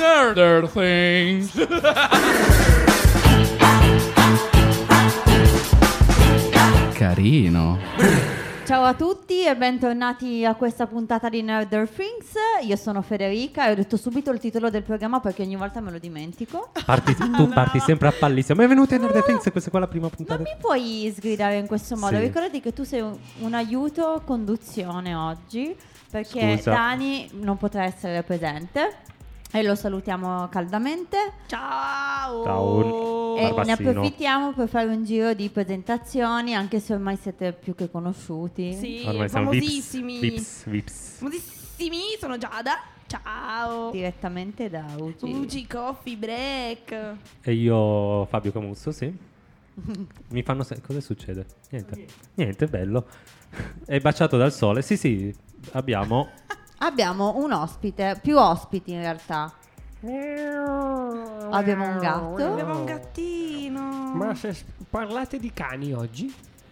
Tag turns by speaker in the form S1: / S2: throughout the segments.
S1: Nerder Things.
S2: Carino.
S3: Ciao a tutti e bentornati a questa puntata di Nerder Things. Io sono Federica e ho detto subito il titolo del programma perché ogni volta me lo dimentico.
S4: Parti- tu parti sempre a pallissimo. Benvenuti a Nerd
S5: Ah,
S4: Things, questa è qua la prima
S3: Non
S4: puntata.
S3: mi puoi sgridare in questo modo.
S4: Sì.
S3: Ricordati che tu sei un, un aiuto conduzione oggi perché
S4: Scusa.
S3: Dani non potrà essere presente e lo salutiamo caldamente. Ciao!
S5: Eh,
S4: Ciao,
S3: E ne
S4: Barbassino.
S3: approfittiamo per fare un giro di presentazioni, anche se ormai siete più che conosciuti.
S5: Sì,
S4: Ormai siamo vips,
S5: famosissimi.
S4: vips, vips.
S5: Famosissimi, sono Giada. Ciao.
S3: Direttamente da UG.
S5: UG Coffee Break.
S4: E io Fabio Camusso, sì. Mi fanno... se- cosa succede? Niente. Niente, bello. È baciato dal sole. Sì, sì, abbiamo...
S3: Abbiamo un ospite, più ospiti in realtà. Abbiamo un gatto.
S4: Oh.
S5: Abbiamo un gattino.
S6: Ma se s- parlate di cani oggi?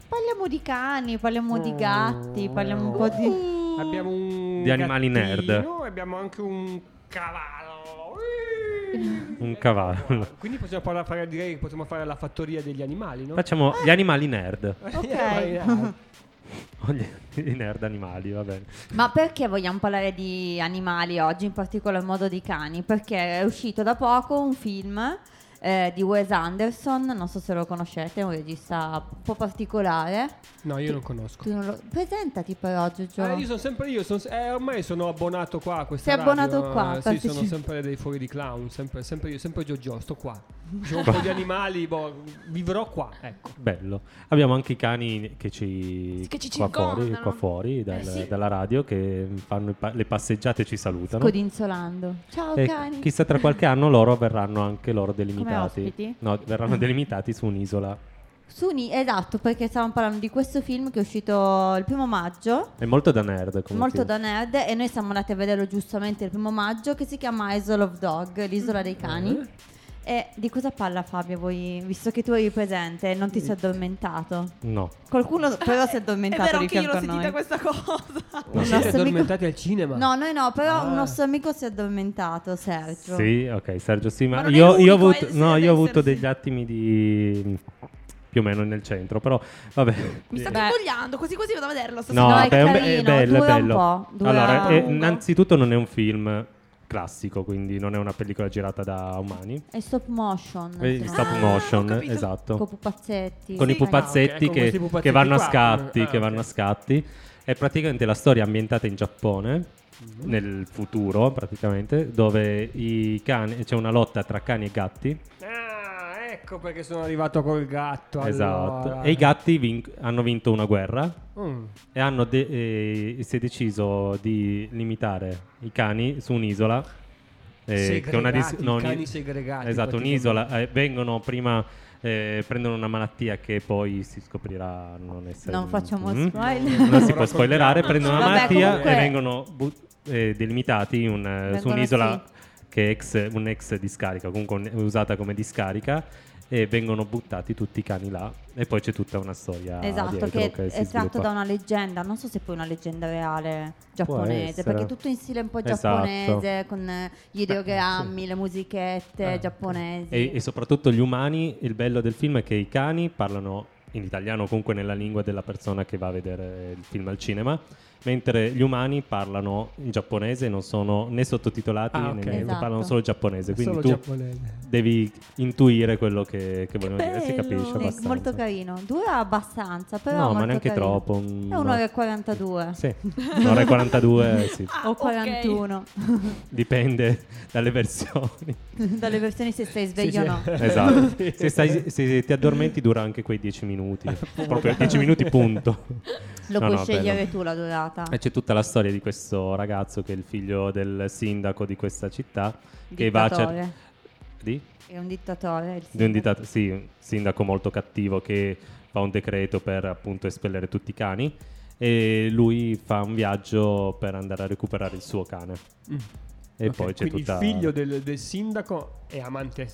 S3: Parliamo di cani, parliamo di gatti, parliamo un po' di...
S6: Abbiamo un
S4: Di animali
S6: gattino,
S4: nerd.
S6: Abbiamo anche un cavallo.
S4: Un cavallo.
S6: Quindi possiamo parlare, fare, direi che possiamo fare la fattoria degli animali, no?
S4: Facciamo gli animali nerd.
S6: Ok.
S4: O gli- I nerd animali, va bene.
S3: Ma perché vogliamo parlare di animali oggi, in particolar modo di cani? Perché è uscito da poco un film eh, di Wes Anderson, non so se lo conoscete, è un regista un po' particolare.
S6: no, io non conosco.
S3: Tu non lo- Presentati però, Giorgio.
S6: Ah, io sono sempre io, son- eh, ormai sono abbonato qua a questa
S3: Sei
S6: radio,
S3: abbonato qua,
S6: eh, Sì,
S3: partecipi.
S6: sono sempre dei fuori di clown, sempre, sempre io, sempre Giorgio, sto qua. C'ho un po' di animali, boh, vivrò qua, ecco.
S4: Bello. Abbiamo anche i cani che ci,
S5: Sì, che ci
S4: qua, fuori,
S5: circondano.
S4: qua fuori dal-
S5: Eh, sì.
S4: dalla radio che fanno i pa- le passeggiate e ci salutano.
S3: Codinzolando. Ciao
S4: E
S3: cani.
S4: chissà tra qualche anno loro verranno anche loro delimitati.
S3: ospiti?
S4: No, verranno delimitati su un'isola.
S3: Su Ni- esatto, perché stavamo parlando di questo film che è uscito il primo maggio,
S4: È molto da nerd comunque.
S3: molto da nerd, e noi siamo andati a vederlo giustamente il primo maggio, che si chiama Isle of Dog, l'isola dei cani. E di cosa parla Fabio voi, visto che tu eri presente e non ti sei addormentato?
S4: No.
S3: Qualcuno però si è
S5: È
S3: addormentato
S5: vero
S3: di
S5: che io
S3: fianco
S5: l'ho
S3: a noi.
S5: sentita questa cosa.
S6: Non
S3: nostro
S6: siete
S3: amico-
S6: addormentati al cinema?
S3: No, noi no, però un
S6: Ah.
S3: nostro amico si è addormentato, Sergio.
S4: Sì, ok, Sergio sì, ma,
S5: Ma non è
S4: io, io ho
S5: l'unico,
S4: avuto,
S5: eh, sì,
S4: no,
S5: ad
S4: io ho avuto
S5: essersi.
S4: degli attimi di più o meno nel centro, però vabbè.
S5: Mi state
S3: Beh.
S5: invogliando, quasi così vado a vederlo stasera.
S4: No,
S3: No, è
S4: beh, è, un be- è
S3: carino,
S4: bello, è
S3: dura un
S4: bello.
S3: po', dura
S4: allora, eh,
S3: lungo.
S4: innanzitutto non è un film classico, quindi non è una pellicola girata da umani.
S3: È stop motion.
S4: È in
S3: insomma.
S4: stop
S5: Ah, ho
S4: motion,
S5: capito.
S4: esatto.
S3: Con pupazzetti.
S4: con
S3: sì.
S4: i
S6: Ah, ok,
S4: pupazzetti,
S6: con
S4: che,
S6: questi pupazzetti
S4: che vanno a
S6: qua.
S4: scatti,
S6: Ah,
S4: che
S6: ok.
S4: vanno a scatti. È praticamente la storia ambientata in Giappone,
S6: Mhm.
S4: nel futuro praticamente, dove i cani, c'è una lotta tra cani e gatti.
S6: Ah, ecco perché sono arrivato col gatto.
S4: Esatto.
S6: allora.
S4: E i gatti vin- hanno vinto una guerra
S6: Mm.
S4: e hanno de- e si è deciso di limitare i cani su un'isola. eh, che è una dis-
S6: Segregati,
S4: no,
S6: cani
S4: un'i-
S6: segregati,
S4: Esatto,
S6: praticamente.
S4: un'isola. eh, vengono prima, eh, prendono una malattia che poi si scoprirà non essere...
S3: Non facciamo
S4: Mm.
S3: spoiler.
S4: non si può
S6: raccontiamo.
S4: spoilerare, prendono una
S3: Vabbè,
S4: malattia
S3: comunque-
S4: e vengono bu- eh, delimitati in un, eh, su
S3: Vengono,
S4: un'isola che è ex, un'ex discarica, comunque un- usata come discarica, e vengono buttati tutti i cani là. E poi c'è tutta una storia
S3: Esatto,
S4: Ah, dietro
S3: che,
S4: che, si
S3: è tratto
S4: sviluppa.
S3: da una leggenda, non so se poi una leggenda reale giapponese,
S4: essere.
S3: perché è tutto in stile un po'
S4: Esatto.
S3: giapponese, con eh, gli ideogrammi, le musichette
S4: Eh.
S3: giapponesi.
S4: E, e soprattutto gli umani, il bello del film è che i cani parlano in italiano, comunque nella lingua della persona che va a vedere il film al cinema, mentre gli umani parlano in giapponese, non sono né sottotitolati
S6: Ah, ok.
S4: né niente,
S3: Esatto.
S4: parlano solo giapponese. Quindi
S6: Solo
S4: tu
S6: giapponese.
S4: devi intuire quello che, che vogliono dire, si
S5: bello!
S4: capisce
S3: Sì,
S4: abbastanza.
S3: molto carino, dura abbastanza, però...
S4: no, ma
S3: molto
S4: neanche
S3: carino.
S4: troppo.
S3: È un'ora e 42.
S4: Sì, un'ora e 42, sì.
S5: Ah,
S3: O
S5: ok.
S3: 41,
S4: dipende dalle versioni.
S3: dalle versioni se stai sveglio o no.
S4: Esatto. Se, stai- se ti addormenti dura anche quei 10 minuti. Proprio 10 minuti, punto.
S3: Lo
S4: No,
S3: puoi
S4: no,
S3: scegliere
S4: bello. Eh,
S3: tu la durata.
S4: E c'è tutta la storia di questo ragazzo che è il figlio del sindaco di questa città. Che va a cer-
S3: Dittatore.
S4: di?
S3: È un dittatore. il
S4: di un
S3: sindaco.
S4: ditta- sì, un sindaco molto cattivo che fa un decreto per appunto espellere tutti i cani e lui fa un viaggio per andare a recuperare il suo cane.
S6: Mm.
S4: E
S6: Ok,
S4: poi c'è
S6: quindi
S4: tutta
S6: il figlio del, del sindaco è amante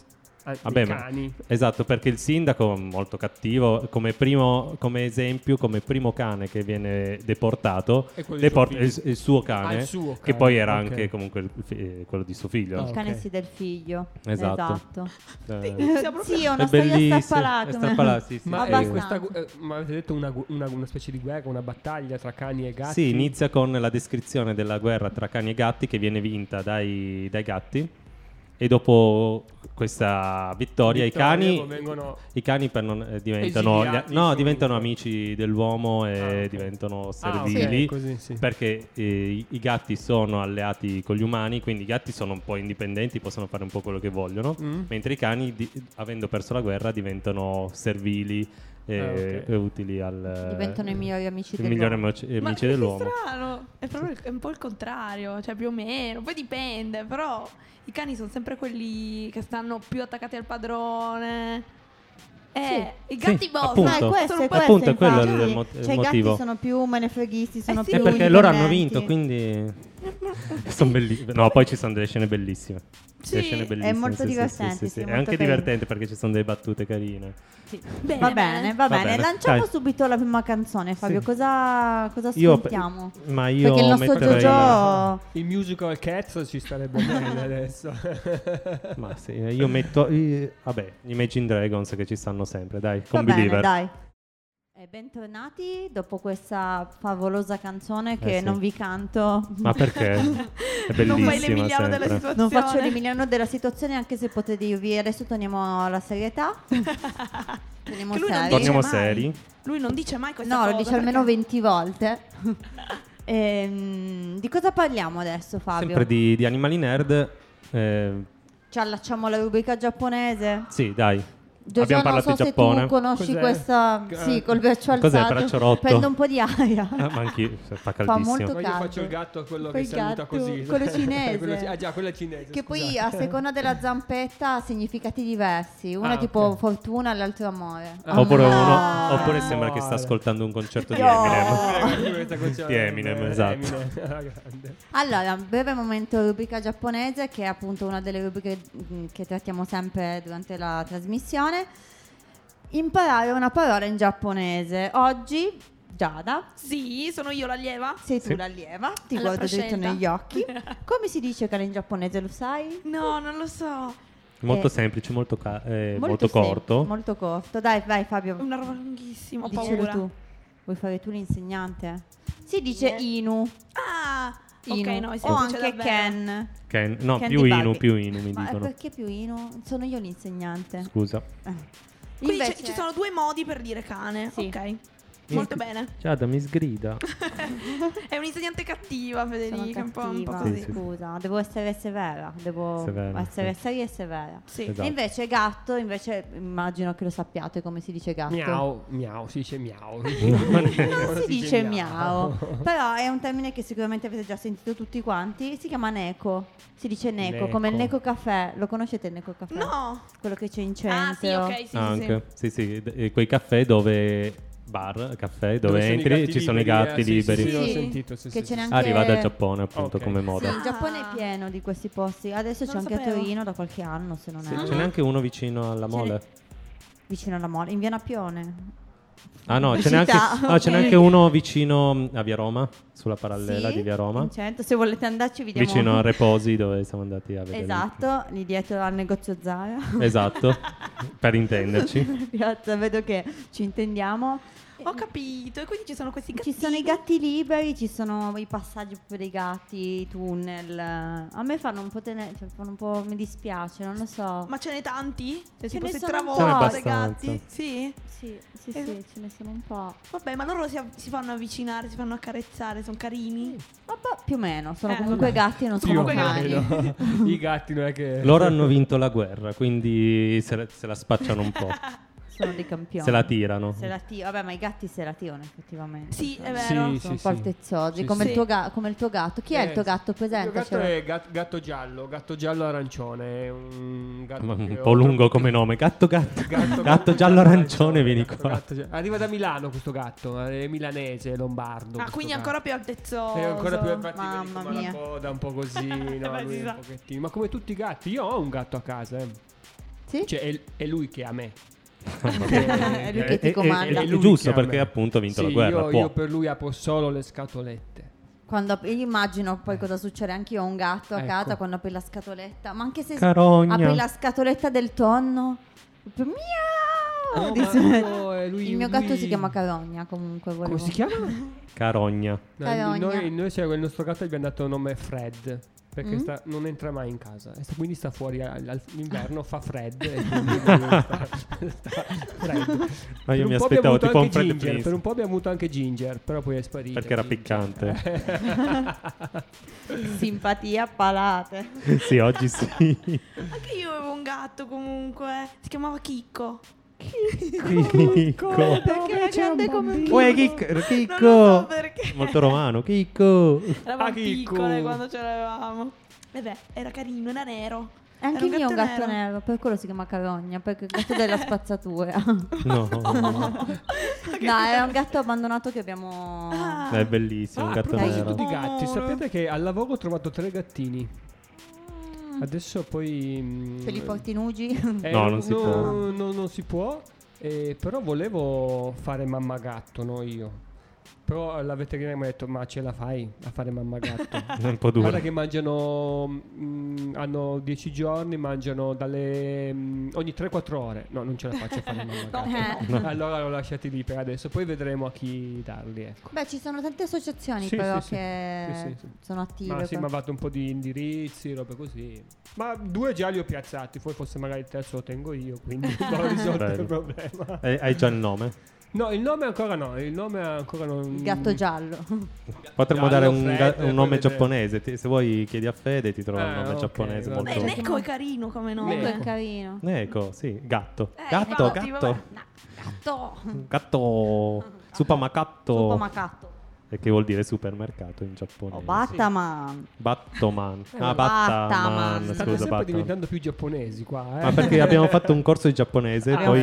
S6: eh,
S4: Vabbè,
S6: i
S4: ma-
S6: cani.
S4: Esatto, perché il sindaco, molto cattivo, come, primo, come esempio, come primo cane che viene deportato,
S1: È quello di
S4: deport-
S1: suo
S4: il, il suo cane,
S6: Ah, il suo
S4: che
S6: cane,
S4: poi era
S6: ok.
S4: anche comunque il fi- eh, quello di suo figlio.
S3: Il
S6: ok.
S3: cane sì del figlio.
S4: Esatto.
S3: Esatto.
S6: Ah.
S4: Eh,
S5: Siamo proprio-
S3: Sì, è una
S4: è
S3: storia
S4: bellissimo.
S3: strappalata.
S4: È strappalato, sì, sì,
S6: Ma,
S4: sì.
S6: è
S3: Abbastanza.
S6: questa gu- eh, ma avete detto una, gu- una- una specie di guerra, una battaglia tra cani e gatti?
S4: Sì, inizia con la descrizione della guerra tra cani e gatti che viene vinta dai, dai gatti e dopo questa vittoria, i
S6: Vittoria,
S4: cani,
S6: poi vengono-
S4: i cani per non- eh, diventano,
S6: Esiliati
S4: gli- no,
S6: subito.
S4: diventano amici dell'uomo e
S6: Ah, ok.
S4: diventano
S6: Ah, ok,
S4: servili
S6: così, sì.
S4: perché eh, i- i gatti sono alleati con gli umani, quindi i gatti sono un po' indipendenti, possono fare un po' quello che vogliono,
S6: Mm.
S4: mentre i cani, di- avendo perso la guerra, diventano servili e,
S6: Ah, ok.
S4: e utili al...
S3: Diventano i migliori amici
S4: i migliori
S3: dell'uomo.
S4: amici-
S5: Ma
S4: amici
S5: che
S4: dell'uomo.
S5: strano, è proprio il- è un po' il contrario, cioè più o meno, poi dipende, però i cani sono sempre quelli che stanno più attaccati al padrone. Eh, i gatti
S4: Sì,
S5: boss,
S4: appunto.
S5: eh,
S4: Ma è
S5: sono un po'
S4: questo, Appunto, è quello
S3: infatti.
S4: il mo- il
S3: Cioè, i
S4: motivo.
S3: gatti sono più menefreghisti, sono
S5: Eh sì.
S3: più
S4: È perché loro hanno
S3: indipendenti.
S4: vinto, quindi... sono bellissime. No, poi ci sono delle scene bellissime.
S5: Sì,
S4: Delle scene
S5: è
S4: bellissime,
S3: molto
S4: sì, sì,
S3: divertente,
S4: sì, sì,
S3: sì,
S4: sì. È
S3: molto
S4: anche
S3: carino.
S4: divertente perché ci sono delle battute carine.
S3: Sì.
S5: Bene,
S3: Va
S5: bene.
S3: bene, va
S4: Va
S3: bene.
S4: bene,
S3: Lanciamo
S4: dai.
S3: subito la prima canzone, Fabio.
S4: Sì.
S3: Cosa, cosa
S4: Io-
S3: ascoltiamo?
S4: ma io
S3: Perché il nostro
S4: metterei-
S3: Jojo...
S6: Il musical Cats ci starebbe bene adesso.
S4: Ma sì, io metto... eh, vabbè, gli Imagine Dragons che ci stanno sempre, dai,
S3: Va
S4: con
S3: bene,
S4: Believer.
S3: dai. E bentornati dopo questa favolosa canzone che
S4: Eh sì.
S3: non vi canto.
S4: Ma perché? È
S5: non
S4: bellissima
S5: fai l'emiliano della
S4: sempre.
S5: situazione.
S3: Non faccio l'emiliano della situazione, anche se potete dirvi adesso torniamo alla serietà. torniamo
S5: Che lui non
S3: seri.
S5: dice
S4: Torniamo
S5: mai.
S4: seri.
S5: Lui non dice mai questa
S3: No,
S5: cosa.
S3: lo dice
S5: perché-
S3: almeno 20 volte. Ehm, di cosa parliamo adesso, Fabio?
S4: Sempre di, di Animali Nerd. eh,
S3: Ci allacciamo alla rubrica giapponese.
S4: sì, dai.
S3: Giorgio,
S4: Abbiamo
S3: non
S4: parlato
S3: so
S4: di Giappone.
S3: Se tu conosci
S6: Cos'è?
S3: questa.
S6: Eh,
S3: Sì, col braccio alzato.
S4: cos'è, braccio rotto?
S3: Prende un po' di aria.
S4: Ah, ma anch'io, fa
S3: Fa
S4: caldissimo.
S3: molto
S6: Ma
S3: caldo.
S6: io faccio il gatto a quello
S3: Quel
S6: che saluta
S3: gatto,
S6: così.
S3: Quello cinese.
S6: Quello ci- ah già, quello è cinese.
S3: Che poi a
S6: scusate.
S3: seconda della zampetta ha significati diversi. Uno
S6: Ah,
S3: è tipo
S6: ok.
S3: fortuna, l'altro amore.
S6: Ah.
S4: Oppure,
S3: no.
S4: uno- oppure sembra che sta
S6: Guarda.
S4: ascoltando un concerto di
S3: No.
S4: Eminem.
S6: Eh, questa cosa-
S4: Di Eminem,
S6: eh,
S4: esatto.
S6: Eminem, alla grande.
S3: Allora, breve momento rubrica giapponese, che è appunto una delle rubriche mh, che trattiamo sempre durante la trasmissione. Imparare una parola in giapponese. Oggi, Giada,
S5: Sì, sono io l'allieva.
S3: sei tu
S4: Sì.
S3: l'allieva, ti
S5: Alla
S3: guardo dritto
S5: prescelta.
S3: negli occhi. Come si dice cane in giapponese, lo sai?
S5: No, non lo so.
S4: Molto
S3: Eh.
S4: semplice, molto, ca- eh, molto,
S3: sem-
S4: corto.
S3: Molto corto. Dai, vai Fabio,
S5: È una roba lunghissima, ho
S3: dicelo
S5: paura.
S3: tu. Vuoi fare tu l'insegnante? Si dice Inu.
S5: Ah, ok,
S3: Inu.
S5: no, è
S3: o
S5: semplice
S3: anche
S5: davvero.
S3: Ken.
S4: Ken- no,
S3: Candy
S4: più Inu,
S3: Barbie.
S4: più Inu mi
S3: Ma
S4: dicono.
S3: perché più Inu? Sono io l'insegnante.
S4: Scusa.
S3: Eh.
S5: Quindi c'è-
S3: Invece-
S5: ci sono due modi per dire cane.
S3: Sì.
S5: Ok. Molto bene.
S4: Giada mi sgrida.
S5: È un'insegnante cattiva,
S3: Sono
S5: Federica. Un po', un po'
S3: cattiva,
S4: Sì,
S5: così.
S4: sì.
S3: scusa, devo essere severa, devo
S4: Severa,
S3: essere
S4: sì.
S3: seria e severa.
S5: Sì.
S4: Esatto.
S3: E invece gatto, invece immagino che lo sappiate come si dice gatto.
S6: Miau, miau, si dice miau.
S3: Non si dice miau, però è un termine che sicuramente avete già sentito tutti quanti, si chiama neko, si dice neko,
S6: Neko.
S3: come il neko caffè, lo conoscete il neko caffè?
S5: No.
S3: Quello che c'è in centro.
S5: Ah, sì, ok, sì,
S4: Anche. Sì, sì, d- eh, quei caffè dove bar, caffè, dove, entri ci sono i gatti liberi. eh,
S6: eh, Sì, sì, sì,
S3: Sì,
S6: ho sentito, sì,
S3: che
S6: sì,
S3: ce n'è
S6: sì.
S3: anche-
S4: Arriva dal Giappone appunto
S6: Ok.
S4: come
S3: Sì,
S4: moda.
S3: il Giappone è pieno di questi posti, adesso
S5: Non
S3: c'è
S5: lo
S3: anche a
S5: sapevo.
S3: Torino da qualche anno se non
S4: Sì,
S3: erro.
S4: Ce n'è anche uno vicino alla mole.
S3: vicino alla mole, in via Napione.
S4: Ah no, ce n'è, anche,
S3: Città,
S4: ah, ce n'è
S3: ok.
S4: anche uno vicino mm, a Via Roma, sulla parallela
S3: Sì,
S4: di Via Roma,
S3: in centro. se volete andarci vediamo.
S4: vicino a Reposi dove siamo andati a vedere.
S3: Esatto, lì dietro al negozio Zara.
S4: Esatto, per intenderci.
S3: Piazza, vedo che ci intendiamo.
S5: Ho capito. E quindi ci sono questi gatti.
S3: Ci sono i gatti liberi, ci sono i passaggi proprio dei gatti, i tunnel. A me fanno un po', tene- cioè, fanno un po' mi dispiace, non lo so.
S5: Ma ce n'è tanti? Cioè,
S3: Ce
S5: tipo,
S3: ne
S5: se
S3: sono un po'.
S5: travolta
S4: Ce n'è
S5: i gatti.
S4: abbastanza.
S5: Sì.
S3: Sì, sì,
S5: Eh.
S3: sì, ce ne sono un po'.
S5: Vabbè, ma loro si, av- si fanno avvicinare, si fanno accarezzare, sono carini.
S3: Ma po- più o meno, sono
S5: Eh,
S3: comunque gatti e non sono
S6: Io
S5: Comunque
S3: cani.
S5: gatti.
S6: credo. I gatti non è che...
S4: Loro hanno vinto la guerra, quindi se la, se la spacciano un po',
S5: Ah,
S3: Sono dei campioni.
S4: se la tirano.
S3: Se la ti- vabbè, ma i gatti se la tirano effettivamente. Cioè.
S5: Sì,
S3: Sono-
S5: è vero.
S6: Sì,
S3: Sono
S6: sì,
S3: un po'
S6: sì.
S3: altezzosi,
S6: Sì, Eh,
S3: come,
S5: sì.
S3: Il tuo ga- come il tuo gatto. Chi è il tuo gatto?
S6: Il mio gatto
S3: Presentacelo.
S6: è gat- gatto giallo, gatto giallo arancione. è Un, gatto
S4: Ma
S6: che
S4: Un
S6: ho
S4: po' lungo
S6: trovato-
S4: come nome, gatto gatto,
S6: Gatto,
S4: gatto, giallo arancione, vieni
S6: gatto,
S4: qua.
S6: gatto giallo. Arriva da Milano questo gatto, eh, è milanese, lombardo.
S5: Ah,
S6: questo
S5: quindi
S6: gatto.
S5: ancora più altezzoso.
S6: È ancora più infatti
S3: Mamma
S6: vedi come
S3: mia.
S6: la coda un po' così, no,
S5: Beh,
S6: lui
S5: si
S6: un
S5: sa.
S6: pochettino. Ma come tutti i gatti, io ho un gatto a casa, eh.
S3: Sì?
S6: Cioè, è, è lui che ha me.
S3: È lui che ti
S4: Eh, eh,
S3: comanda.
S4: eh,
S6: È
S4: eh,
S6: lui
S4: giusto,
S6: che ha me.
S4: perché appunto ha vinto la
S6: Sì,
S4: guerra,
S6: Io,
S4: può.
S6: io per lui apro solo le scatolette.
S3: Quando, io immagino poi cosa succede. Anche io ho un gatto a
S6: Eh. Ecco.
S3: casa quando apri la scatoletta. Ma anche se
S4: Carogna.
S3: apri la scatoletta del tonno, proprio miau!
S6: No,
S3: Oh, Dice-
S6: ma no, eh, lui-
S3: Il mio gatto
S6: lui-
S3: si chiama Carogna. Comunque volevo.
S6: Come si chiama?
S4: Carogna.
S6: No,
S3: Carogna.
S6: noi, noi, cioè, il nostro gatto gli abbiamo dato il nome Fred. Perché
S3: Mm.
S6: sta- non entra mai in casa, e sta- quindi sta fuori al- al- l'inverno, fa fred. e quindi lui sta- sta fred.
S4: Ma io
S6: Per
S4: mi
S6: po' abbiamo
S4: aspettavo
S6: avuto
S4: tipo un
S6: anche
S4: Fred
S6: Ginger,
S4: Prince.
S6: Per un po' abbiamo avuto anche Ginger, però poi è sparito.
S4: Perché era
S6: Ginger.
S4: piccante.
S3: Simpatia palate.
S4: sì, oggi sì.
S5: Anche io avevo un gatto comunque. Si chiamava Chicco.
S4: Chicco.
S3: Perché era grande come un
S4: Uè, Chicco. Chicco.
S5: so perché.
S4: Molto romano. Chicco.
S5: Eravamo
S6: Ah, Chicco.
S5: piccole quando ce l'avevamo. E beh, era carino, era nero.
S3: E Anche il
S5: Era
S3: mio è un gatto nero. per quello si chiama Carogna, perché è il gatto della spazzatura. no,
S4: No.
S3: era un gatto abbandonato che abbiamo...
S5: Ah.
S4: È bellissimo,
S6: Ah,
S4: un
S6: a
S4: gatto
S6: proposito
S4: nero.
S6: di gatti,
S5: Amore.
S6: sapete che al lavoro ho trovato tre gattini. Adesso poi... mm,
S3: Te li porti in Ugi?
S6: eh,
S4: No, non si può.
S6: no, non si può. eh, però volevo fare mamma gatto, no io. Però la veterinaria mi ha detto, ma ce la fai a fare mamma gatto?
S4: È un po' duro.
S6: Guarda che mangiano, mm, hanno 10 giorni, mangiano dalle, mm, ogni 3-4 ore. No, non ce la faccio a fare mamma gatto.
S3: Eh.
S6: Allora l'ho lasciati lì per adesso, poi vedremo a chi darli. Ecco.
S3: Beh, ci sono tante associazioni
S6: Sì,
S3: però
S6: sì, sì.
S3: che
S6: Sì, sì, sì.
S3: sono attive.
S6: Ma sì,
S3: per-
S6: mi ha fatto un po' di indirizzi, robe così. Ma due già li ho piazzati, poi forse magari il terzo lo tengo io, quindi ho risolto
S4: Bello.
S6: il problema.
S4: Eh, Hai già il nome?
S6: No, il nome ancora no, il nome ancora non...
S3: Il gatto giallo.
S6: ecco.
S4: Potremmo
S6: Gallo,
S4: dare un,
S6: Fred,
S4: ga-
S6: poi
S4: un nome
S6: vedremo.
S4: giapponese. Ti- se vuoi, chiedi a Fede, ti trova
S6: Ah,
S4: un nome
S6: ok,
S4: giapponese
S6: va
S5: Beh,
S4: molto.
S6: bene.
S5: Necco è carino come
S3: Comunque
S5: nome.
S3: è carino.
S4: Ecco, sì, gatto.
S5: Eh,
S4: gatto,
S5: infatti,
S4: gatto.
S5: vabbè.
S3: No, gatto.
S4: Gatto. Supamacatto.
S3: Super macatto.
S4: E che vuol dire supermercato in giapponese.
S3: Oh, Battaman.
S4: Battoman.
S6: ma-
S4: Ah, Battaman.
S3: Battaman.
S6: State
S4: Scusa,
S6: sempre
S4: Battaman.
S6: diventando più giapponesi qua, eh.
S4: Ma perché abbiamo fatto un corso di giapponese
S3: Abbiamo
S4: poi...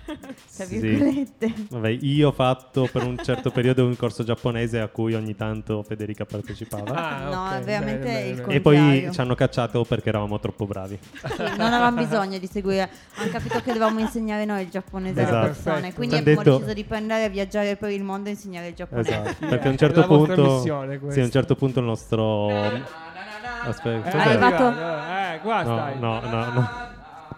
S3: fatto. Tra
S4: Sì.
S3: virgolette.
S4: Vabbè, io ho fatto per un certo periodo un corso giapponese a cui ogni tanto Federica partecipava.
S6: Ah,
S3: No,
S6: ok,
S3: è veramente
S6: bene,
S3: il
S6: bene,
S3: con-
S4: E poi
S3: contrario.
S4: ci hanno cacciato perché eravamo troppo bravi.
S3: Sì, non avevamo bisogno di seguire, hanno capito che dovevamo insegnare noi il giapponese alle
S4: Esatto.
S3: persone,
S6: Perfetto.
S3: quindi
S4: Ci han
S3: abbiamo
S4: detto-
S3: deciso di prendere a viaggiare per il mondo e insegnare il giapponese.
S4: Esatto. Perché a un
S6: è
S4: certo
S6: la vostra
S4: punto...
S6: missione,
S4: Sì,
S6: questa.
S4: a un certo punto il nostro... Aspetta.
S6: Eh,
S3: È arrivato-
S6: guarda, eh, qua
S4: No,
S6: stai.
S4: no, no, no.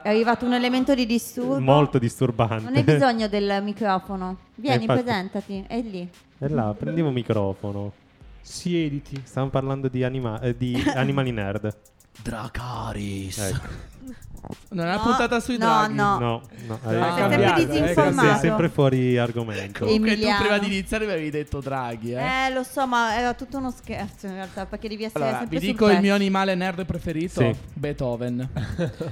S3: È arrivato un elemento di disturbo.
S4: Molto disturbante.
S3: Non hai bisogno del microfono. Vieni,
S4: Eh, infatti.
S3: presentati, è lì.
S4: E là, prendiamo un microfono.
S6: Siediti.
S4: Stiamo parlando di, anima- eh, di animali nerd.
S1: Dracaris.
S4: Ecco.
S1: Non è una
S3: No,
S1: puntata sui
S3: no,
S1: draghi.
S3: no.
S4: No, no.
S6: Sei
S4: hai-
S6: sempre Cambiato, eh,
S3: disinformato.
S4: Sei sempre fuori argomento.
S3: E-
S1: Comunque
S3: Emiliano.
S1: tu prima di iniziare mi avevi detto draghi, eh.
S3: Eh, lo so, ma era tutto uno scherzo in realtà, perché devi essere
S1: Allora,
S3: sempre
S1: vi
S3: sul
S1: dico il
S3: pezzo.
S1: mio animale nerd preferito,
S4: Sì.
S1: Beethoven.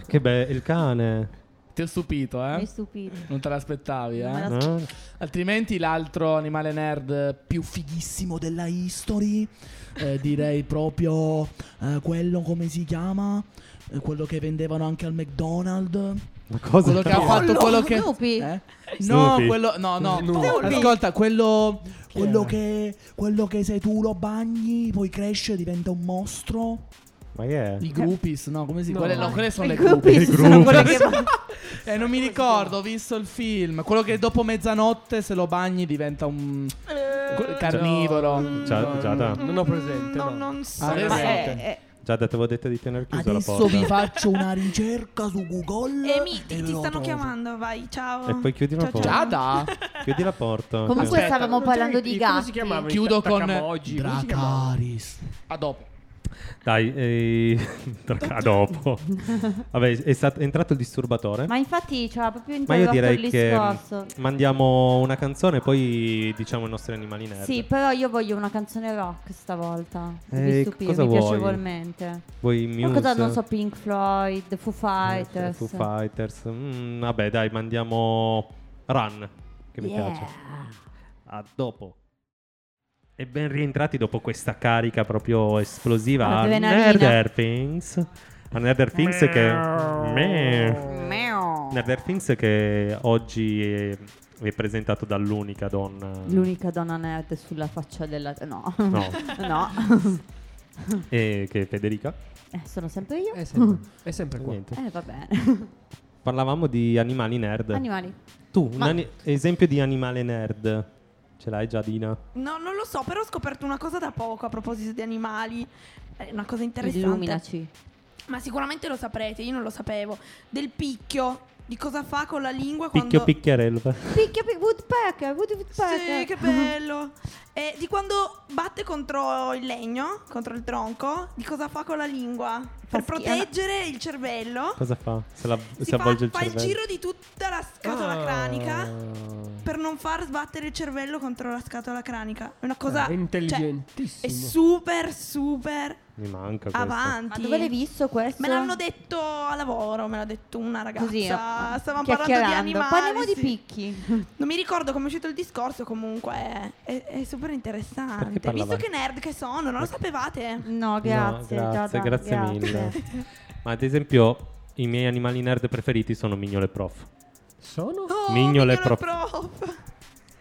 S4: Che bello, il cane.
S1: Ti ho stupito,
S3: Mi hai
S1: eh?
S3: stupito.
S1: Non te l'aspettavi,
S3: Non
S1: eh?
S3: me la-
S4: Eh?
S1: Altrimenti l'altro animale nerd più fighissimo della history, eh, direi proprio eh, quello come si chiama, Eh, quello che vendevano anche al McDonald's.
S4: Ma cosa?
S1: Quello che ha fatto quello che...
S3: Snoopy?
S1: Eh? No,
S4: Snoopy.
S1: quello... No, no.
S6: Snoopy.
S1: Ascolta, quello... Quello
S6: era?
S1: che, quello che se tu lo bagni, poi cresce e diventa un mostro.
S4: Ma che è?
S1: I groupies, no? Come si
S6: No.
S1: Quelle, no, quelle sono le
S3: I
S1: groupies.
S3: gruppi sono quelli che va-
S1: Eh, non mi ricordo, ho visto il film. Quello che dopo mezzanotte, se lo bagni, diventa un
S5: Eh,
S1: que- carnivoro. Mm.
S4: Già-
S6: No,
S4: Giada.
S6: no, Mm. Non ho presente, no.
S5: Non, non so. eh,
S1: Ah,
S3: Ma
S1: adesso-
S3: è- è-
S4: Già te avevo detto di tener chiusa la
S1: Adesso
S4: porta.
S1: vi faccio una ricerca su Google.
S5: Emi, Eh, ti,
S1: ve
S5: ti
S1: lo
S5: stanno
S1: trovo.
S5: chiamando, vai, ciao.
S4: E poi chiudi la
S5: Ciao,
S4: porta.
S5: ciao.
S1: Giada?
S4: Chiudi la porta.
S3: Comunque
S4: Sì.
S1: Aspetta,
S3: stavamo
S6: non
S3: parlando
S6: c'era
S3: di
S6: il-
S3: gatti.
S6: come si chiamava?
S1: Chiudo con
S6: Takamoggi, come si chiamava?
S1: Dracaris. A dopo.
S4: Dai, eh, tra- a dopo. Vabbè, è, stato- è entrato il disturbatore.
S3: Ma infatti c'era proprio
S4: Ma io
S3: interrotto il
S4: direi che
S3: discorso.
S4: mm, mandiamo una canzone e poi diciamo i nostri animali nerd.
S3: Sì, però io voglio una canzone rock stavolta.
S4: Eh,
S3: Devi stupirmi
S4: cosa vuoi?
S3: piacevolmente.
S4: Voi Muse.
S3: Qualcosa, non so, Pink Floyd, Foo Fighters.
S4: Foo Fighters. Mm, vabbè, dai, mandiamo Run, che mi
S3: Yeah.
S4: piace. A dopo. E ben rientrati dopo questa carica proprio esplosiva a
S3: Adrenalina.
S4: Nerder Things. A Nerder Things che... Meh.
S3: Meow.
S4: Nerder Things che oggi è, è presentato dall'unica donna...
S3: L'unica donna nerd sulla faccia della... No.
S4: No.
S3: No.
S4: E che è Federica?
S3: Eh, sono sempre io.
S6: È sempre, è sempre qua.
S4: Niente.
S3: Eh, va bene.
S4: Parlavamo di animali nerd.
S3: Animali.
S4: tu, un
S3: Ma-
S4: ani- esempio di animale nerd. Ce l'hai già, Dina?
S5: No, non lo so, però ho scoperto una cosa da poco a proposito di animali. È una cosa interessante.
S3: Illuminaci.
S5: Ma sicuramente lo saprete, io non lo sapevo. Del picchio, di cosa fa con la lingua
S4: Picchio
S5: quando...
S4: picchiarello.
S3: Picchia, pic- woodpecker, wood- woodpecker.
S5: Sì, che bello! E di quando batte contro il legno, contro il tronco, di cosa fa con la lingua? Per
S3: schifo.
S5: proteggere il cervello.
S4: Cosa fa? Se, la-
S5: Si
S4: se
S5: fa,
S4: avvolge il
S5: fa il
S4: cervello.
S5: giro di tutta la scatola
S6: Ah.
S5: cranica per non far sbattere il cervello contro la scatola cranica. È una cosa...
S6: Ah, intelligentissimo.
S5: cioè, è super, super
S4: Mi manca questo.
S5: avanti.
S3: Ma dove l'hai visto questo?
S5: Me l'hanno detto a lavoro, me l'ha detto una ragazza.
S3: Così, a-
S5: Stavamo parlando di
S3: chiacchierando.
S5: animali.
S3: Parliamo di
S5: sì.
S3: picchi.
S5: Non mi ricordo come è uscito il discorso, comunque è, è- è super
S4: Perché
S5: interessante.
S4: parlavate?
S5: Visto che nerd che sono, non lo sapevate?
S3: No,
S4: No,
S3: grazie.
S4: grazie,
S3: Giada,
S4: grazie
S3: grazie.
S4: mille. Ma ad esempio, i miei animali nerd preferiti sono Mignolo e Prof.
S6: Sono?
S5: Oh,
S4: Mignolo e
S5: Mignolo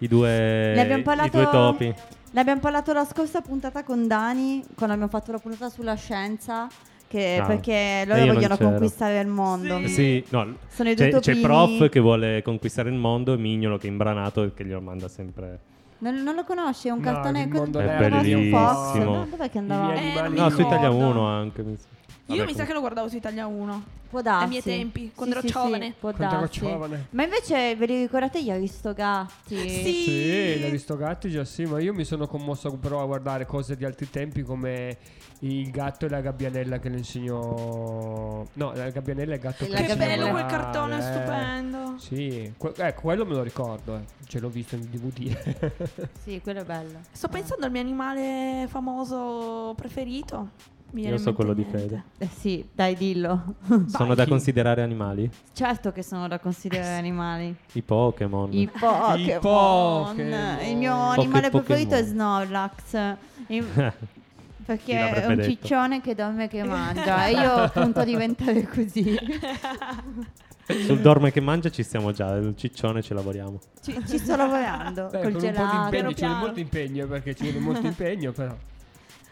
S4: I due,
S3: Ne abbiamo
S4: Eh, i
S3: parlato-
S4: due topi.
S3: Ne abbiamo parlato la scorsa puntata con Dani, quando abbiamo fatto la puntata sulla scienza, che-
S4: Ah.
S3: perché
S4: E io
S3: loro
S4: non
S3: vogliono
S4: c'ero.
S3: conquistare il momondo.
S5: Sì.
S4: Sì, no,
S3: Sono i due
S4: c'è, c'è
S3: topini.
S4: Prof che vuole conquistare il mondo e Mignolo che è imbranato e che glielo manda sempre.
S3: Non, non lo conosci, è un
S6: No,
S3: cartone
S6: il
S3: con-
S6: mondo
S4: È
S3: con Austin Fox.
S4: bellissimo.
S3: No, dov'è che
S6: I
S3: andava?
S6: miei
S5: Eh,
S6: animali-
S5: Mi
S4: No, su
S5: ricordo.
S4: Italia 1 anche. mi sa.
S5: Io
S4: Vabbè,
S5: mi sa che lo guardavo su Italia 1.
S3: Può darsi.
S5: miei tempi, quando ero giovane.
S3: può
S6: Quando ero
S3: darsi.
S6: giovane.
S3: Ma invece ve li ricordate gli aristogatti?
S5: Sì.
S6: Sì, l'aristogatti già sì, ma io mi sono commosso però a guardare cose di altri tempi come il gatto e la gabbianella che le insegnò... No, la gabbianella e il gatto
S3: Che
S6: le
S5: Che
S6: insegnò a
S5: bello quel
S6: volare,
S4: Ah,
S5: cartone,
S6: eh.
S5: è stupendo.
S6: Sì, que- ecco, quello me lo ricordo, eh. ce l'ho visto in DVD.
S3: Sì, quello è bello. Ah.
S5: Sto pensando al mio animale famoso preferito. Mi viene
S4: Io
S5: in
S4: so
S5: mente
S4: quello di
S5: niente.
S4: Fede.
S3: Eh, sì, dai, dillo.
S4: Sono da considerare animali?
S3: certo che sono da
S5: Eh,
S3: considerare animali.
S4: I Pokémon.
S3: I Pokémon.
S6: I Pokémon.
S3: Il mio animale
S4: Poké-
S3: preferito è
S4: Pokémon.
S3: Snorlax. I- Perché
S4: Chi l'avrebbe
S3: è un
S4: detto?
S3: ciccione che dorme e che mangia. e io appunto a diventare così.
S4: Sul dorme che mangia ci stiamo già, il ciccione ci lavoriamo.
S3: Ci, ci sto lavorando.
S6: Beh,
S3: col
S6: con un po' di
S3: gelato.
S6: impegno, ci vuole
S5: piano.
S6: molto impegno perché ci vuole molto impegno però.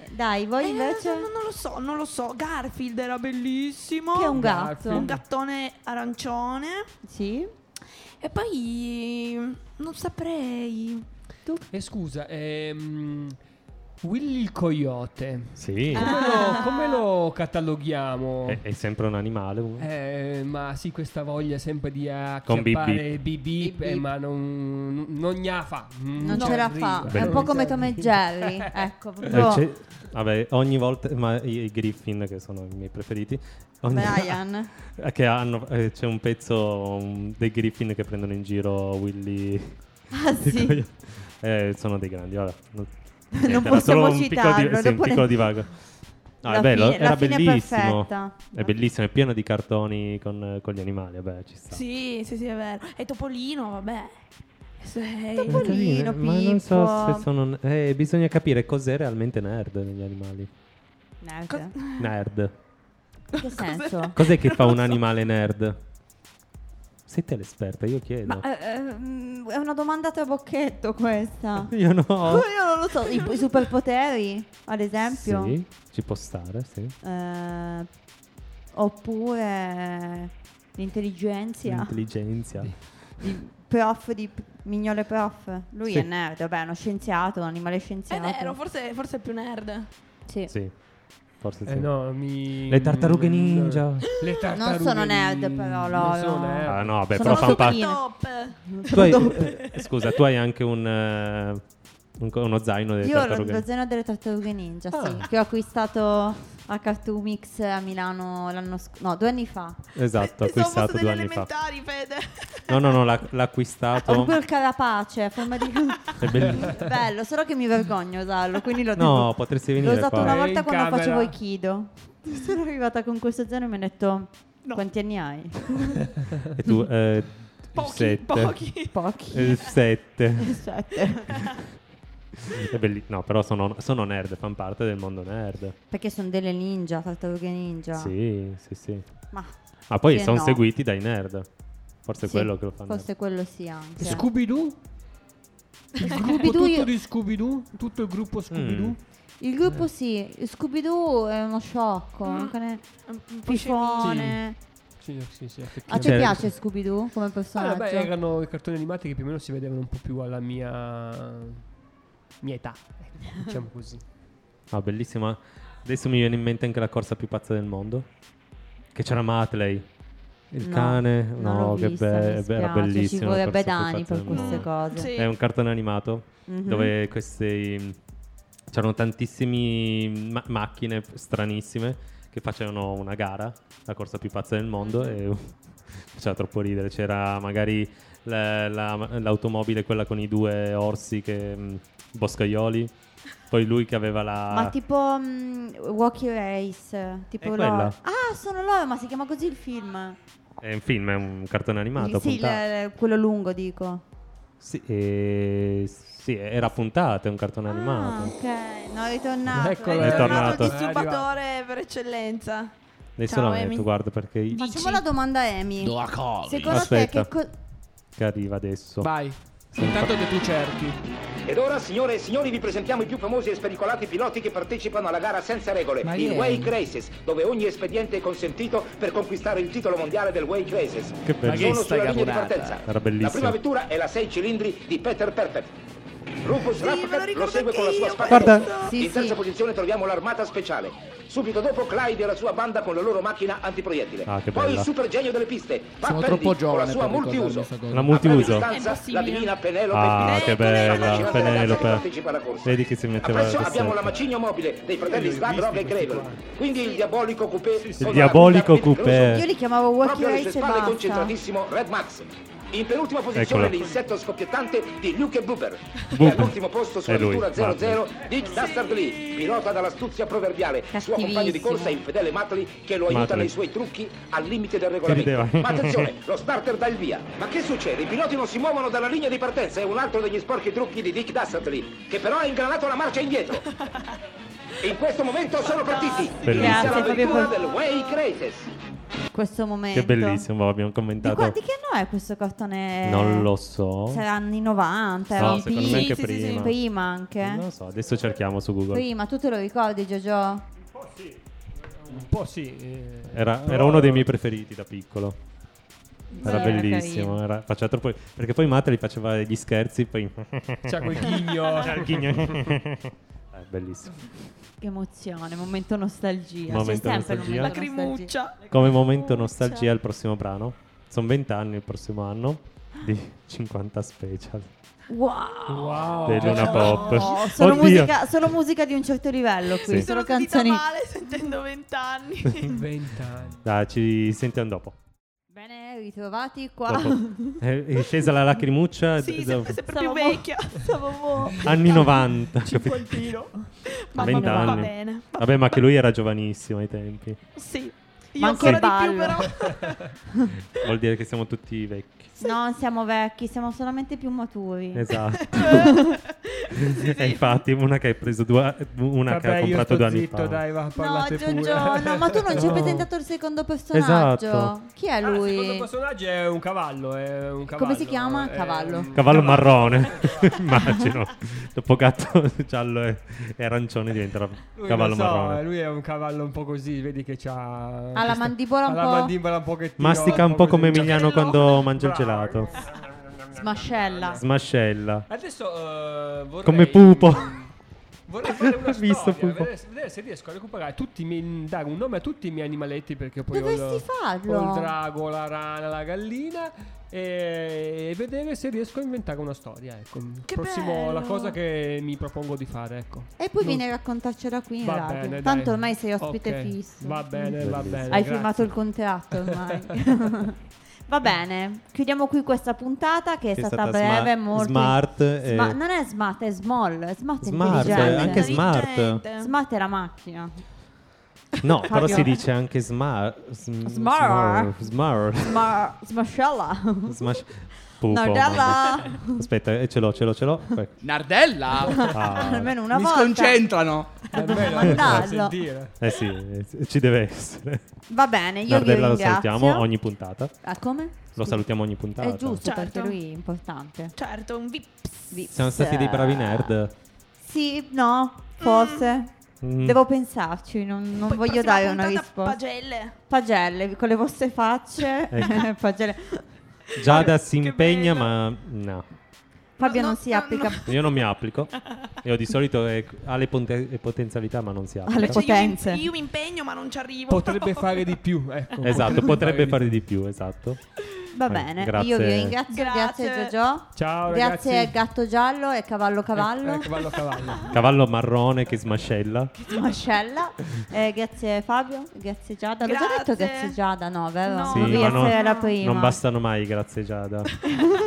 S3: Dai, voi
S5: Eh,
S3: invece.
S5: non, non lo so, non lo so. Garfield era bellissimo.
S3: Che è un gatto.
S6: Garfield.
S5: un gattone arancione.
S3: Sì.
S5: E poi non saprei.
S6: E scusa, ehm, Willy il coyote,
S4: Sì,
S6: come, lo, come lo cataloghiamo?
S4: è, è sempre un animale. comunque.
S6: Eh, ma sì, questa voglia sempre di
S4: Con bip
S6: acchiappare il
S3: Bip
S6: bip bip, eh,
S3: bip.
S6: ma non, non Eh, gna fa.
S3: Non ce la fa.
S4: Beh,
S3: È un po'
S4: non
S3: come Tom e Jerry. Ecco,
S4: Eh,
S3: proprio
S4: c'è- vabbè, ogni volta, ma i, i Griffin che sono i miei preferiti, ogni-
S3: Brian.
S4: che hanno, eh, c'è un pezzo um, dei Griffin che prendono in giro Willy.
S3: Ah sì.
S4: Eh, sono dei grandi, vabbè. Non,
S3: Non
S4: era solo
S3: possiamo
S4: un piccolo,
S3: citarlo,
S4: di, sì, un
S3: dopo ne-
S4: piccolo divago. No,
S3: La
S4: è bello,
S3: fine- la
S4: era
S3: fine è
S4: bellissimo.
S3: perfetta.
S4: È bellissimo, è pieno di cartoni con, con gli animali, vabbè, ci sta.
S5: Sì, sì, sì, è vero. E Topolino, vabbè. Sei-
S3: Topolino. Carino,
S4: ma non so
S3: Pippo.
S4: se sono. eh, bisogna capire cos'è realmente nerd negli animali.
S3: Nerd.
S5: Co-
S4: Nerd.
S3: In che senso?
S4: Cos'è che
S5: Non
S4: fa
S5: lo
S4: un
S5: so.
S4: animale nerd? Sei te l'esperta, io chiedo.
S3: Ma eh, ehm, è una domanda a trabocchetto questa.
S4: Io no.
S3: Io non lo so, i i superpoteri, ad esempio.
S4: Sì, ci può stare, sì.
S3: Eh, oppure l'intelligenza.
S4: Intelligenza.
S3: Il prof di P- Mignole Prof. Lui
S4: Sì.
S3: è nerd, vabbè, è uno scienziato, un animale
S5: È
S3: scienziato.
S5: vero, forse, forse è più nerd.
S3: Sì.
S4: Sì. Forse sì.
S6: Eh no, mi...
S4: Le tartarughe
S6: non-
S4: ninja.
S6: Le tartarughe
S3: Non sono nerd,
S6: ninja.
S3: però,
S6: Non sono
S3: loro.
S6: nerd.
S4: Ah, no, beh,
S3: Sono
S4: però
S3: super
S4: fanno parte.
S5: Top.
S4: Tu hai- eh, scusa, tu hai anche un, eh, un co- uno zaino delle
S3: Io ho
S4: tartarughe.
S3: lo zaino delle tartarughe ninja, sì,
S4: Ah.
S3: che ho acquistato a Cartoomix a Milano l'anno scorso, no, due anni fa.
S4: Esatto,
S5: Pensavo fosse
S4: acquistato due
S5: delle
S4: anni fa.
S5: elementari, Fede.
S4: No, no, no, l'ha, l'ha
S3: Ho
S4: acquistato.
S3: proprio il carapace a forma di...
S4: È bellissimo.
S3: Bello, solo che mi vergogno a usarlo, quindi l'ho
S4: No,
S3: detto-
S4: potresti
S3: L'ho
S4: venire
S3: usato
S4: qua.
S3: una
S6: Eh,
S3: volta
S6: in
S3: quando
S6: camera.
S3: facevo Aikido. Sono arrivata con questo zaino e mi hanno detto
S5: No.
S3: quanti anni hai?
S4: E tu, eh,
S5: Pochi,
S4: sette.
S5: pochi.
S3: Pochi.
S4: Eh, sette.
S3: Sette.
S4: È belli- No, però sono, sono nerd, fanno parte del mondo nerd.
S3: Perché sono delle ninja, tartarughe ninja.
S4: Sì, sì, sì.
S3: Ma
S4: Ma poi
S3: Sì e
S4: sono
S3: no.
S4: seguiti dai nerd. Forse è
S3: sì,
S4: quello che lo fanno.
S3: Forse quello sì anche.
S6: Scooby-Doo? Il gruppo
S3: Scooby-Doo
S6: tutto
S3: io-
S4: Mm.
S6: di Scooby-Doo? Tutto il gruppo Scooby-Doo?
S3: Il gruppo sì, Scooby-Doo è uno sciocco,
S5: Mm.
S3: anche ne-
S5: Un, un po'
S3: Pifone.
S6: Sì, sì, sì,
S3: A te
S4: Certo.
S3: piace Scooby-Doo come
S6: Ah,
S3: personaggio?
S6: beh, erano i cartoni animati che più o meno si vedevano un po' più alla mia, mia età, ecco, diciamo così.
S4: Ah, bellissima. Adesso mi viene in mente anche la corsa più pazza del mondo. Che c'era Matley. Il
S3: No,
S4: cane.
S3: non l'ho
S4: No, che
S3: vista, mi
S4: bello. Era
S3: spiace,
S4: bellissimo.
S3: Ci
S4: la
S3: vorrebbe
S4: corsa più
S3: Dani
S4: pazza
S3: per
S4: del mondo.
S3: queste
S5: Mm,
S3: cose.
S5: sì.
S4: È un cartone animato
S3: Mhm.
S4: dove questi c'erano tantissime macchine stranissime che facevano una gara, la corsa più pazza del mondo e faceva troppo ridere. C'era magari la- la- l'automobile quella con i due orsi che mh, boscaioli, poi lui che aveva la
S3: Ma tipo mh, Walkie Race, tipo
S4: È
S3: loro.
S4: quella.
S3: Ah, sono loro, ma si chiama così il film.
S4: è un film, è un cartone animato,
S3: Il- sì,
S4: puntata.
S3: il- quello lungo dico.
S4: Sì, e- sì, era puntata, è un cartone
S3: Ah,
S4: animato.
S3: ok, no, è ritornato.
S5: È
S4: È
S5: ritornato
S4: tornato.
S5: il
S4: È
S5: disturbatore per eccellenza.
S4: Adesso
S5: Ciao,
S4: l'ho detto,
S5: Amy.
S4: guarda perché
S3: Facciamo la domanda a Amy. Secondo
S4: Aspetta.
S3: te che co-
S4: che arriva adesso.
S1: Vai. Intanto che tu cerchi.
S2: Ed ora, signore e signori, vi presentiamo i più famosi e spericolati piloti che partecipano alla gara senza regole,
S1: Ma
S2: il
S1: che-
S2: Wake Races, dove ogni espediente è consentito per conquistare il titolo mondiale del Wake Races.
S4: Che bello.
S1: che
S2: Sono
S1: sta
S2: sulla linea di
S1: caponata?
S2: partenza.
S4: Era bellissimo.
S2: La prima vettura è la 6 cilindri di Peter Perfect. Rufus
S5: Sì, me lo
S2: Raffet
S5: ricordo
S2: lo segue con la sua
S5: anch'io,
S2: spada.
S5: Guarda.
S2: rossa.
S3: Sì,
S2: In terza
S3: sì.
S2: posizione troviamo l'armata speciale. Subito dopo Clyde e la sua banda con la loro macchina antiproiettile.
S4: Ah, che
S2: Poi
S4: bella.
S2: il super genio delle piste, Pat
S1: Sono
S2: Pendy,
S1: troppo
S2: con la
S1: giovane
S2: sua
S1: per ricordarmi
S2: multiuso.
S1: questa cosa.
S4: La
S2: A breve
S4: multiuso.
S2: distanza,
S5: È impossibile.
S2: la divina Penelope
S4: Ah,
S2: Pig.
S4: che bella,
S5: Penelope.
S4: Penelope.
S2: Partecipa alla corsa.
S4: Vedi che si metteva
S2: Appresso abbiamo la
S4: la
S2: macigno mobile dei fratelli
S6: Io li ho
S2: Slug,
S6: visti
S2: Rock e
S6: questi
S2: Gravel.
S6: qua.
S2: Quindi il diabolico coupé. con la
S4: diabolico
S2: guida Pete
S4: coupé.
S2: Russo.
S3: io li chiamavo Walkie
S2: Proprio alle
S3: Race
S2: sue
S3: e
S2: spalle
S3: basta.
S2: concentratissimo Red Max. In penultima posizione
S4: Eccolo.
S2: l'insetto scoppiettante di Luke Buber. E
S4: Buber.
S2: all'ultimo posto sulla
S4: È lui,
S2: vettura
S4: guarda.
S2: 00 Dick Dastard Lee, pilota dall'astuzia proverbiale, suo compagno di
S3: Cattivissimo.
S2: corsa infedele Matley che lo aiuta
S4: Matley.
S2: nei suoi trucchi al limite del regolamento.
S4: rideva.
S2: Ma attenzione, lo starter dà il via. Ma che succede? I piloti non si muovono dalla linea di partenza, è un altro degli sporchi trucchi di Dick Dastard Lee, che però ha ingranato la marcia indietro. E in questo momento sono partiti.
S4: Bellissimo.
S2: Inizia
S3: Grazie,
S2: la
S3: Fabio
S2: vettura
S3: Pol-
S2: del Wake Races.
S3: Questo momento.
S4: Che bellissimo, abbiamo
S3: Di,
S4: commentato.
S3: qua- di che anno è questo cartone?
S4: Non lo so.
S3: Sarà anni 90, era
S4: No,
S3: un
S4: secondo
S3: pi-
S4: me anche
S5: Sì, sì, sì, sì.
S4: prima.
S3: prima anche.
S4: Non lo so, adesso cerchiamo su Google.
S3: Prima, tu te lo ricordi Jojo?
S6: Un po' sì. eh,
S4: Era,
S6: però-
S4: era uno dei miei preferiti da piccolo. Era
S3: Sì, era
S4: bellissimo.
S3: carino.
S4: era- faceva troppo- Perché poi Matt gli faceva degli scherzi, poi...
S6: C'ha quel ghigno.
S4: C'ha il ghigno. Eh, bellissimo.
S3: Che emozione, momento nostalgia.
S4: Momento
S3: C'è sempre il momento nostalgia.
S4: nostalgia.
S5: Lacrimuccia.
S4: Come momento nostalgia il prossimo brano. Sono 20 anni il prossimo anno di 50 special.
S3: Wow.
S6: Wow.
S4: Della una pop.
S3: Oh, solo,
S4: Oddio.
S3: musica, solo musica di un certo livello qui,
S4: Sì.
S3: solo
S5: Sono sentita
S3: canzoni.
S5: male sentendo vent'anni.
S6: 20 anni.
S4: Dai, ci sentiamo dopo.
S3: Bene, ritrovati qua.
S4: Dopo. È è scesa la lacrimuccia.
S5: sì,
S4: d-
S5: sempre, sempre
S3: Stavo
S5: più
S3: mo-
S5: vecchia. Stavo mo-
S4: Anni 90. capito?
S5: Cinquantino. Ma va-
S4: vent'anni.
S5: va bene. Va-
S4: Vabbè, ma che lui era giovanissimo ai tempi.
S5: Sì. Io
S3: Ma anche
S5: ancora di
S3: il
S5: più però.
S3: ballo.
S4: Vuol dire che siamo tutti vecchi.
S3: No, siamo vecchi, siamo solamente più maturi.
S4: Esatto. E infatti, una che hai preso due, una
S6: Vabbè,
S4: che ha
S6: io
S4: comprato
S6: sto
S4: due anni
S6: zitto,
S4: fa.
S6: dai, va,
S3: No,
S6: parlate
S3: Giorgio,
S6: pure.
S3: no, ma tu non ci hai
S4: No.
S3: presentato il secondo personaggio.
S4: Esatto.
S3: Chi è
S6: Ah, il
S3: lui?
S6: secondo personaggio è un cavallo, è un cavallo. eh,
S3: si chiama?
S6: È
S3: Cavallo.
S6: un
S4: Cavallo marrone, immagino. Dopo gatto giallo e, e arancione diventerà
S6: Lui,
S4: cavallo
S6: lo so, eh,
S4: marrone.
S6: Lui è un cavallo un po' così, vedi che c'ha...
S3: Ha la mandibola un
S6: ha la
S3: po'-
S6: mandibola un pochettino...
S4: Mastica un po'
S6: così.
S4: come Emiliano quando mangia il
S6: Bravo.
S4: gelato.
S3: Smascella.
S4: Smascella.
S6: Adesso eh, vorrei...
S4: Come Pupo.
S6: Vorrei fare una
S4: Visto
S6: storia,
S4: Pupo.
S6: vedere, vedere se riesco a recuperare tutti i miei- dare un nome a tutti i miei animaletti perché poi ho,
S3: Dovresti farlo.
S6: ho il drago, la rana, la gallina e, e vedere se riesco a inventare una storia, ecco.
S5: Che
S6: Prossimo
S5: bello.
S6: la cosa che mi propongo di fare, ecco.
S3: E poi
S6: Non-
S3: vieni a raccontarcela qui in
S6: Va
S3: radio.
S6: bene, dai.
S3: Tanto ormai sei ospite
S6: Ok,
S3: fisso.
S6: Va bene, va
S4: Bellissimo.
S6: bene.
S3: Hai
S6: grazie.
S3: firmato il contratto ormai. Va bene, chiudiamo qui questa puntata che è,
S4: Che
S3: stata, breve,
S4: sma-
S3: molto
S4: smart. e-
S3: Sma- non è smart, è small, è smart, è
S4: Smart, eh,
S3: intelligente.
S4: anche smart.
S5: Intelligente.
S3: Smart è la macchina.
S4: No, però
S3: Fabio.
S4: si dice anche smart.
S3: Smart.
S4: Smart. Smart.
S3: Ma smascella.
S4: Smash. Pupo,
S3: Nardella.
S4: mamma. Aspetta, eh, ce l'ho, ce l'ho, ce l'ho. Ecco.
S1: Nardella!
S4: Ah,
S3: Almeno una
S1: Mi
S3: volta.
S1: sconcentrano.
S6: Almeno
S3: Mandarlo.
S6: da sentire.
S4: eh sì, eh, sì, ci deve essere.
S3: Va bene, io
S4: Nardella
S3: vi
S4: lo
S3: ringrazio.
S4: salutiamo ogni puntata.
S3: Ah, come?
S4: Lo
S3: Scusa.
S4: salutiamo ogni puntata.
S3: È giusto
S5: Certo.
S3: perché lui è importante.
S5: Certo, un VIP.
S3: Vips.
S4: Siamo stati dei bravi nerd.
S3: Sì, no, forse.
S4: Mm.
S3: Devo pensarci, non, non
S5: Poi
S3: voglio
S5: prossima
S3: dare una
S5: puntata,
S3: risposta.
S5: Pagelle.
S3: Pagelle, con le vostre facce.
S4: Ecco.
S3: Pagelle.
S4: Giada
S5: Che
S4: si impegna,
S5: bello.
S4: ma no.
S3: Fabio
S5: No,
S3: non
S5: no,
S3: si
S5: no,
S3: applica
S5: no.
S4: Io non mi applico. Io di solito eh, ha le ponte- potenzialità, ma non si applica.
S3: alle
S5: Cioè, io mi-
S3: potenze.
S5: Io, mi impegno, ma non ci arrivo.
S6: Potrebbe fare di più, ecco.
S4: Esatto, potrebbe fare di più, esatto.
S3: Va
S4: Eh,
S3: bene,
S4: grazie.
S3: io vi ringrazio, grazie,
S5: Grazie.
S3: Giorgio.
S6: Ciao,
S3: grazie
S6: ragazzi.
S3: Gatto Giallo e Cavallo
S4: Ecco,
S3: Cavallo.
S6: Eh, eh, cavallo, cavallo.
S4: Cavallo marrone che smascella.
S3: Mascella. Eh, grazie Fabio, grazie Giada. L'ho già detto
S5: Grazie.
S3: grazie Giada, no, vero?
S5: No,
S4: Sì,
S3: Dovevi
S4: ma non-
S3: essere la
S5: non
S3: prima.
S4: Non bastano mai, grazie Giada.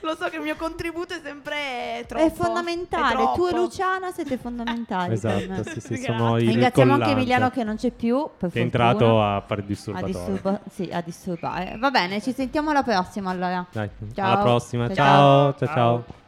S5: Lo so che il mio contributo è sempre troppo.
S3: È fondamentale,
S5: troppo.
S3: tu e Luciana siete fondamentali. per me.
S4: esatto, sì, sì,
S5: Grazie.
S4: sono i
S3: Ringraziamo anche
S4: collante.
S3: Emiliano che non c'è più, per
S4: Che è
S3: fortuna.
S4: entrato a fare il
S3: a,
S4: disturbatore.
S3: disturba- sì, a eh, disturbare. Va bene, ci sentiamo alla prossima allora.
S4: Dai,
S3: Ciao.
S4: alla prossima.
S3: Ciao.
S4: ciao, ciao. ciao.